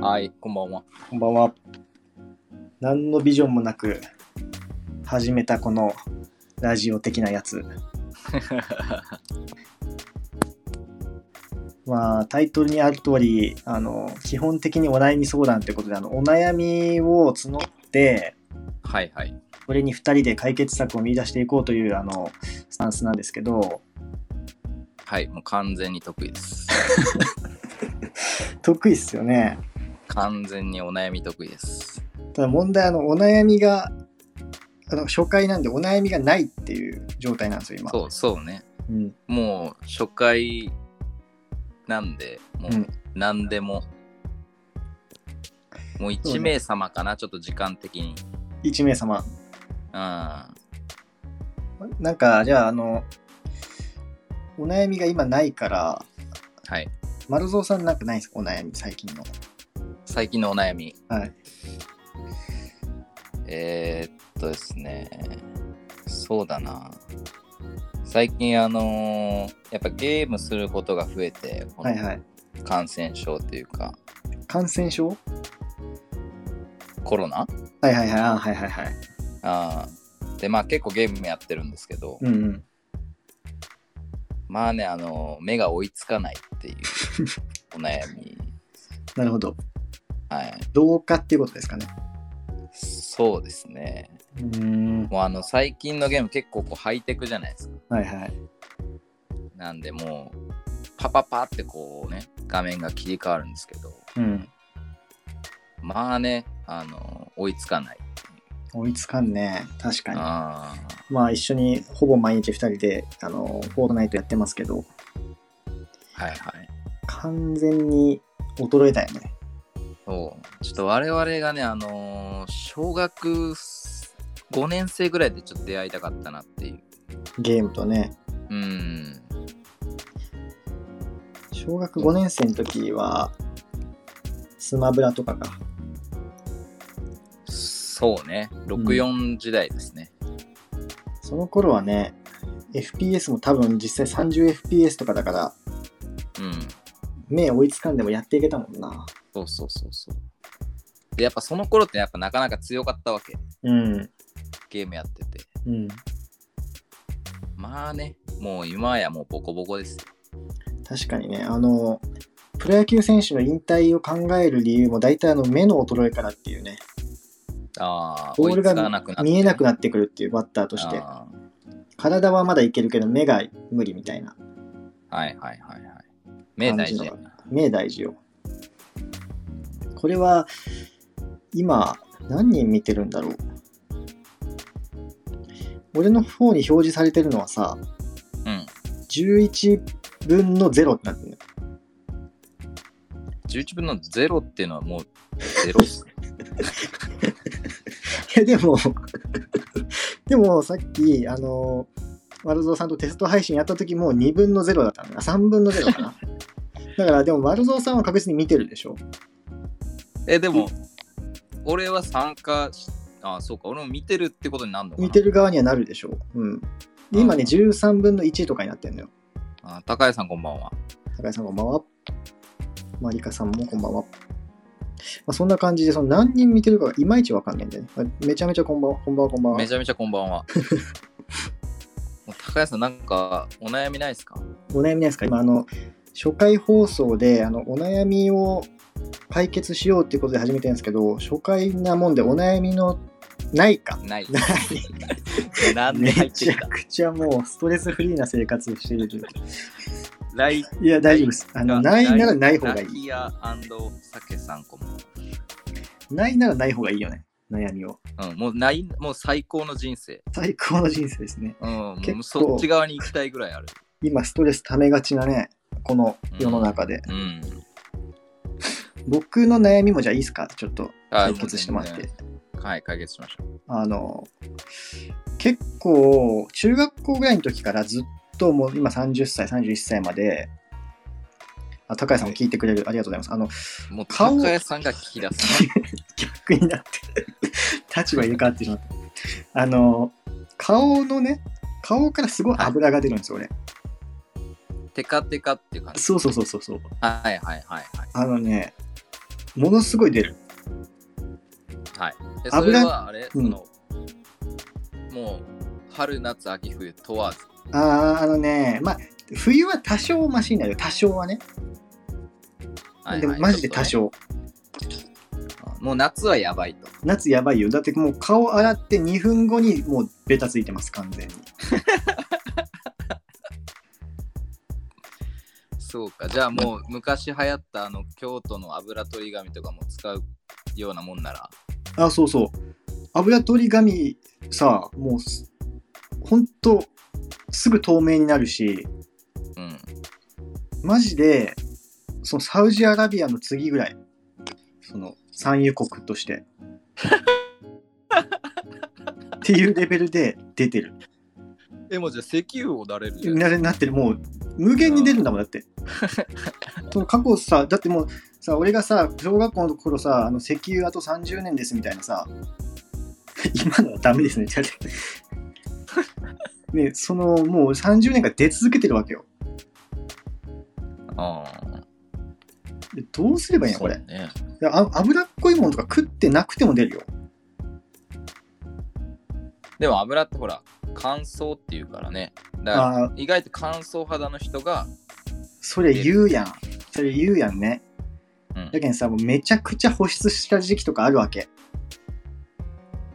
はい、こんばんは。こんばんは。何のビジョンもなく始めたこのラジオ的なやつ。 まあタイトルにある通り、あの基本的にお悩み相談ってことで、あのお悩みを募って、はいはい。これに2人で解決策を見出していこうというあのスタンスなんですけど、はい、もう完全に得意です。得意っすよね。完全にお悩み得意です。ただ問題あのお悩みがあの初回なんでお悩みがないっていう状態なんですよ今。そうそうね。うん。もう初回なんで、もううん何でも。もうそう1ね名様かな、ちょっと時間的に。 1名様。うん。はなんかじゃああのお悩みが今ないからい。丸蔵さんなんかないですかお悩み最近の最近のお悩み。はいえー、っとですね、そうだな。最近、あのーやっぱゲームすることが増えて、このはいはい感染症というか、感染症コロナはいはいはいあはいはいはいあーで、まあ結構ゲームやってるんですけど、うんうんまあね、あのー目が追いつかないっていうお悩 み。なるほどはい。老化っていうことですかねそうですね。うーんもうあの、最近のゲーム結構こうハイテクじゃないですか。はいはいなんで、もう、パパパってこうね、画面が切り替わるんですけど、うんまあね、あの追いつかない。追いつかんね確かにあまあ一緒にほぼ毎日2人であのフォートナイトやってますけどあ、はいはい。完全に衰えたよねそう。ちょっと我々がね、あのー小学5年生ぐらいでちょっと出会いたかったなっていう。ゲームとねうん。小学5年生の時はスマブラとかかそうね。64時代ですね。その頃はね、FPS も多分実際 30fps とかだから、うん。目追いつかんでもやっていけたもんな。そうそうそうそう。で、やっぱその頃ってやっぱなかなか強かったわけ。うん。ゲームやってて。うん。まあね、もう今やもうボコボコですよ。確かにね、あの、プロ野球選手の引退を考える理由も大体あの目の衰えからっていうね、ああ、ボ追ーいルつがかなくなって見えなくなってくるっていうバッターとして、あ体はまだいけるけど目が無理みたいな。ーはいはいはいはい。目大事やな。目大事よ。これは、今、何人見てるんだろう。俺の方に表示されてるのはさ、うん。 11分の0ってなってるの11分の0っていうのはもう0っすね。 えでも でもさっきあの丸蔵さんとテスト配信やった時も2分の0だったんだ3分の0かな だからでも丸蔵さんは確実に見てるでしょえ、でも、俺は参加し、あ、そうか、俺も見てるってことになるのかな。見てる側にはなるでしょうんで今ねうん13分の1とかになってるのよあ高谷さんこんばんは。高井さんこんばんはまありかさんもこんばんは、まあ、そんな感じでその何人見てるかがいまいちわかんないんだよねまあめちゃめちゃこんばんはこんばんはこんばんはめちゃめちゃこん ばんは。もう高谷さん、なんかお悩みないですかお悩みないですか今あの初回放送であのお悩みを解決しようっていうことで始めてるんですけど初回なもんでお悩みのないかないな。なんでめ入ってちゃきたくちゃもうストレスフリーな生活をしているないいや大丈夫ですあのないならない方がいラいキアサケさんこんばんないならない方がいいよね悩みをは。うん、もうない、もう最高の人生。最高の人生ですねうん、も結構うそっち側に行きたいぐらいある。今ストレスためがちなねこの世の中で、うん。僕の悩みもじゃあいいですかちょっとあ解決してもらっ。うて全然はい、解決しましょう。あの結構中学校ぐらいの時からずっともう今30歳31歳まであ高橋さんも聞いてくれる、ありがとうございますあのもう顔高谷さんが聞き出す。 逆になって 立場入れ替わってしまったあの顔のね顔からすごい油が出るんですよ、俺テカテカっていう感じ。そうそうそうそうそうはいはいはいはい。あのねものすごい出る。はい。で、それ油はあれ、うんその、もう、春、夏、秋、冬問わず。あーあのね、まあ、冬は多少マシになるよ。多少はね。はいでもはいマジで多ちょ少。っとねもう夏はやばいと。夏やばいよ。だってもう顔洗って2分後にもうベタついてます、完全に。そうか。じゃあもう、昔流行ったあの、京都の油取り紙とかも使うようなもんなら、あ、そうそう。油取り紙さ、もうす、ほんと、すぐ透明になるし、うん。マジで、そのサウジアラビアの次ぐらい、その、産油国 として。っていうレベルで出てる。え、もうじゃあ石油をなれるじゃんなれなってるもう無限に出るんだもんだってその過去さだってもうさ俺がさ小学校の頃さあの石油あと30年ですみたいなさ今のはダメですねって言われてねそのもう30年間出続けてるわけよあでどうすればいいあ。のこれそうね。であ脂っこいものとか食ってなくても出るよでも油ってほら、乾燥っていうからね。だから、ああ意外と乾燥肌の人が、それ言うやんそれ言うやんねうんだ。けどさもうめちゃくちゃ保湿した時期とかあるわけ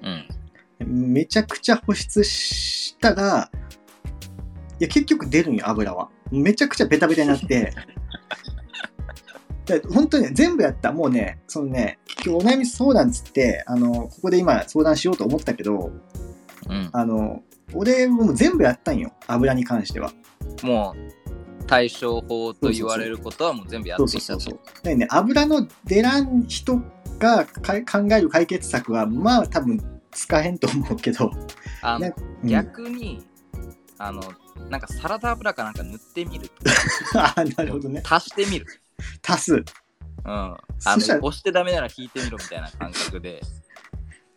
うん、めちゃくちゃ保湿したら、いや、結局出るんよ、油は。めちゃくちゃベタベタになって。で本当にね全部やった。もうね、そのね、今日お悩み相談つって、あの、ここで今相談しようと思ったけど、うん。あの、俺もう全部やったんよ、油に関しては。もう、対処法と言われることはもう全部やそっうてそうきたそうと。そう。でね、油の出らん人がかい考える解決策は、まあ多分使えんと思うけど。あのねうん逆に、あの、なんかサラダ油かなんか塗ってみると。 あーなるほどね。足してみる。足す。うん。あの、そしたら押してダメなら引いてみろみたいな感覚で、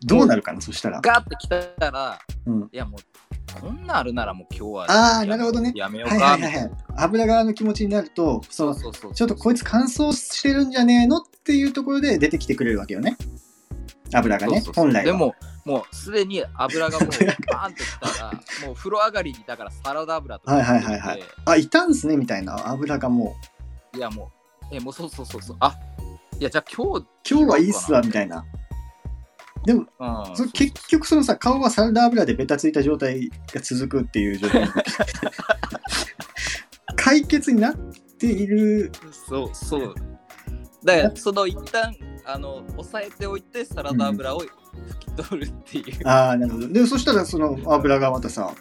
どうなるかな、そしたら。ガーッてきたら、うんいやもう、こんなあるならもう今日はあーやめなるほどねやめよはういかはみいたいはな。いはい。油側の気持ちになると、そそううそうそう。ちょっとこいつ乾燥してるんじゃねえのっていうところで出てきてくれるわけよね。油がね、そうそうそう本来は。でももうすでに油 がもう油がバーンってきたらもう風呂上がりにだからサラダ油とかはいはいはいはい入れてあ、いたんすねみたいな。油がもう、いやもうえもうそうそうそうそうあいやじゃあ今日今日はいいっすわみたいな。でも、うんそ結局そのさ、顔はサラダ油でベタついた状態が続くっていう状態。 解決になっている。そうそうそうだからその一旦あの抑えておいてサラダ油を拭き取るっていう、ああ、なるほど。で、そしたらその油がまたさ、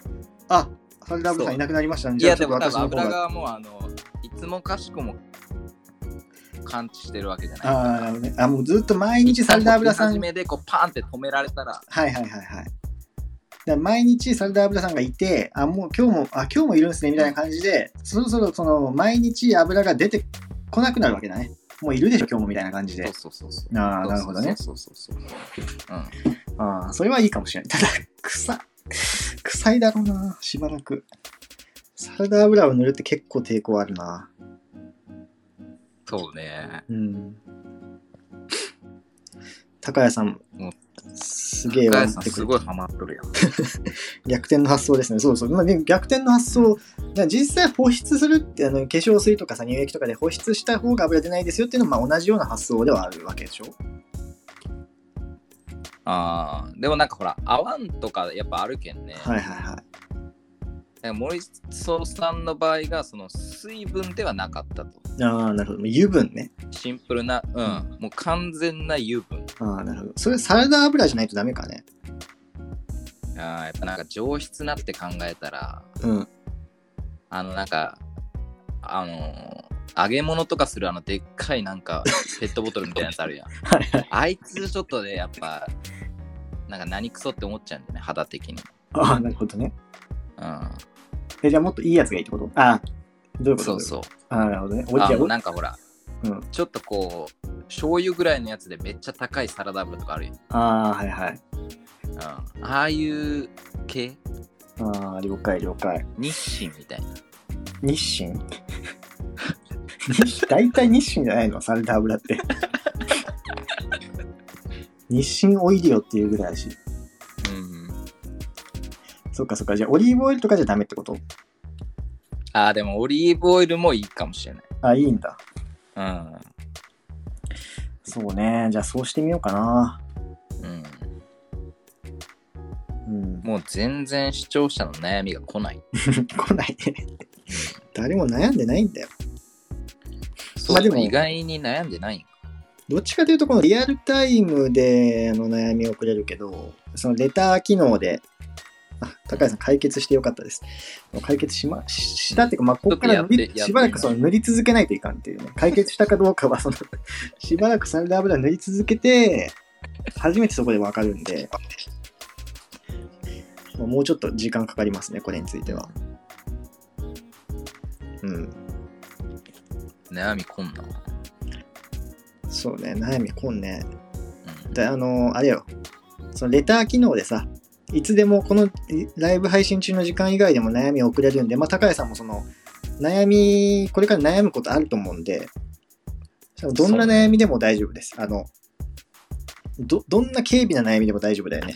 あ、サラダ油さんいなくなりましたね。いじゃやあちでょっとも多私分の方油が。がもうあのいつもかしこも感知してるわけじゃないからあー、ね、あもうずっと毎日サラダ油さん。一旦こう出始はいめでこうパーンって止められたらはいはいはい。だから毎日サラダ油さんがいて、あ、もう今日も、あ、今日もいるんですねみたいな感じで、そろそろその毎日油が出てこなくなるわけだね。もういるでしょ、今日もみたいな感じで。そうそうそうそうああ、なるほどね。そうそうそうそう。うん。ああ、それはいいかもしれない。ただ、臭い、臭いだろうな、しばらく。サラダ油を塗るって結構抵抗あるな。そうね。うん。高谷さんうん、すげえ笑ってくれてるごいハマっとるやん。逆転の発想ですね。そうそう。まあ、で逆転の発想、だから実際保湿するって、あの化粧水とかさ、乳液とかで保湿した方が油出ないですよっていうのは、まあ、同じような発想ではあるわけでしょ。ああ、でもなんかほら、合わんとかやっぱあるけんね。はいはいはい。い、森荘さんの場合が、その水分ではなかったと。ああ、なるほど。油分ね。シンプルな、うん、もう完全な油分。ああ、なるほど。それサラダ油じゃないとダメかね。ああ、やっぱなんか上質なって考えたら、うん。あのなんか、あのー揚げ物とかするあのでっかいなんか ペットボトルみたいなやつあ るやん。あいつちょっとね、やっぱ、なんか何クソって思っちゃうんだよね、肌的に。ああ、なるほどね。うん。え、じゃあもっといいやつがいいってことああ、どういうことそうそう。ああ、なるほどね。おあじゃあのなんかほら、うんちょっとこう、醤油ぐらいのやつでめっちゃ高いサラダ油とかあるやん。ああ、はいはい。うん、ああいう系ああ、了解了解。日清みたいな。日清日清大体日清じゃないのサラダ油って。日清オイリオっていうぐらいだし。うん。そっかそっか。じゃあ、オリーブオイルとかじゃダメってことああ、でもオリーブオイルもいいかもしれない。あ、いいんだ。うん。そうね。じゃあ、そうしてみようかな。うん、うん。 もう全然視聴者の悩みが来ない。来ないね。誰も悩んでないんだよ。そう、まあでも意外に悩んでないんか。どっちかというと、このリアルタイムであの悩みをくれるけど、そのレター機能で、あ、高橋さん解決してよかったです。もう解決しま、ししたっていうか、まあ、ここからちょっとや塗っりてやってしばらくその塗り続けないといかんっていうね。解決したかどうかは、その、 しばらくサラダ油塗り続けて、初めてそこでわかるんで、まあもうちょっと時間かかりますね、これについては。うん。悩み来んな。そうね、悩みこんね。うん、であのあれよそのレター機能でさいつでもこのえライブ配信中の時間以外でも悩みを送れるんで、まあ、高谷さんもその悩みこれから悩むことあると思うんでどんな悩みでも大丈夫ですあのどどんな軽微な悩みでも大丈夫だよね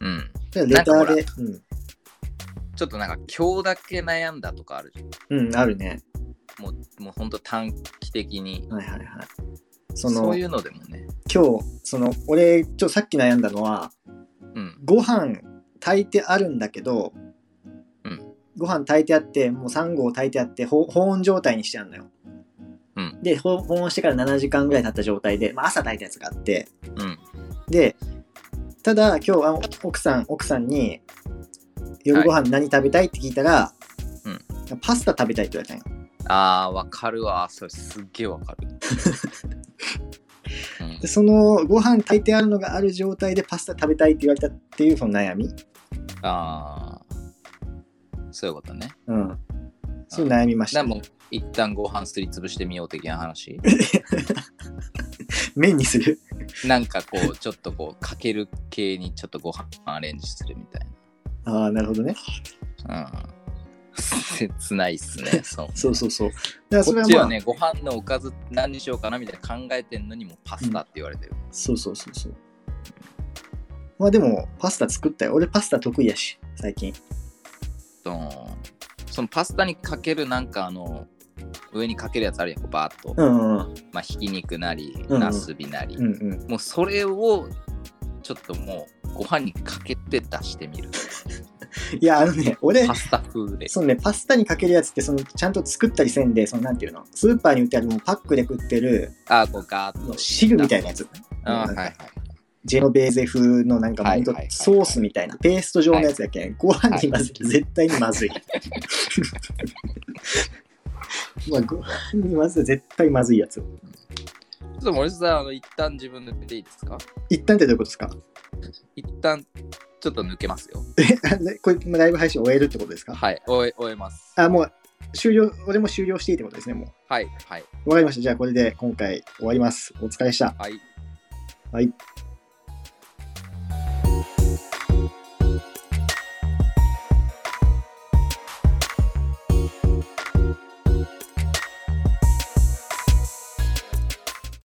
うん。だからレタなーでうんちょっとなんか今日だけ悩んだとかあるじゃん。うんあるねもう、もうほんと短期的に。はいはいはいそそのういうのでもね。今日その俺ちょっとさっき悩んだのはうん。ご飯炊いてあるんだけど、うんご飯炊いてあってもう3合炊いてあってほ保温状態にしてあるのよ、うんでほ保温してから7時間ぐらい経った状態で、まあ、朝炊いたやつがあってうん。でただ今日あ奥さん奥さんに「夜ご飯何食べたい?」って聞いたら、パスタ食べたい」って言われたんよああ、わかるわ。それすっげえわ かる。うんでそのご飯炊いてあるのがある状態でパスタ食べたいって言われたっていうその悩み、ああ。そういうことね。うん、そういう悩みましでたも、一旦ご飯すりつぶしてみよう的な 話。麺にするなんかこう、ちょっとこう、かける系にちょっとご飯アレンジするみたいああなるほどねな。うん。切ないっす ね。そう。そうそうそう。だからそこれっはちまあ、はね、ご飯のおかず何にしようかなみたいな考えてんのにもうパスタって言われてる。そうそうそうそう。まあでも、パスタ作ったよ。俺パスタ得意やし、最近。ドーンそのパスタにかけるなんかあの、上にかけるやつあるやん、こうバーっと。うんうんまあ、ひき肉なり、うんうんなすびなり。うんうん。もうそれを、ちょっともう、ご飯にかけて出してみ る。いや、あのね、俺パ、スタ風で。そのね、パスタにかけるやつって、その、ちゃんと作ったりせんで、その、なんていうの、スーパーに売ってあるもうパックで食ってる、あ、こうガーッと。汁みたいなやつ。あはいはい。ジェノベーゼ風のなんかもうほんとはいはいはいソースみたいな、ペースト状のやつだけん、ご飯に混ぜて絶対にま ずい。まあ、ご飯に混ぜて絶対まずいやつ。ちょっと森下さん、あの一旦自分で出ていいですか一旦ってどういうことですか一旦ちょっと抜けますよ。ねこれ今ライブ配信終えるってことですか、はい、終え終えます。あ、もう終了、俺も終了していいってことですね、もはい、はい、う。わかりました。じゃあこれで今回終わります。お疲れでした。はい。はい。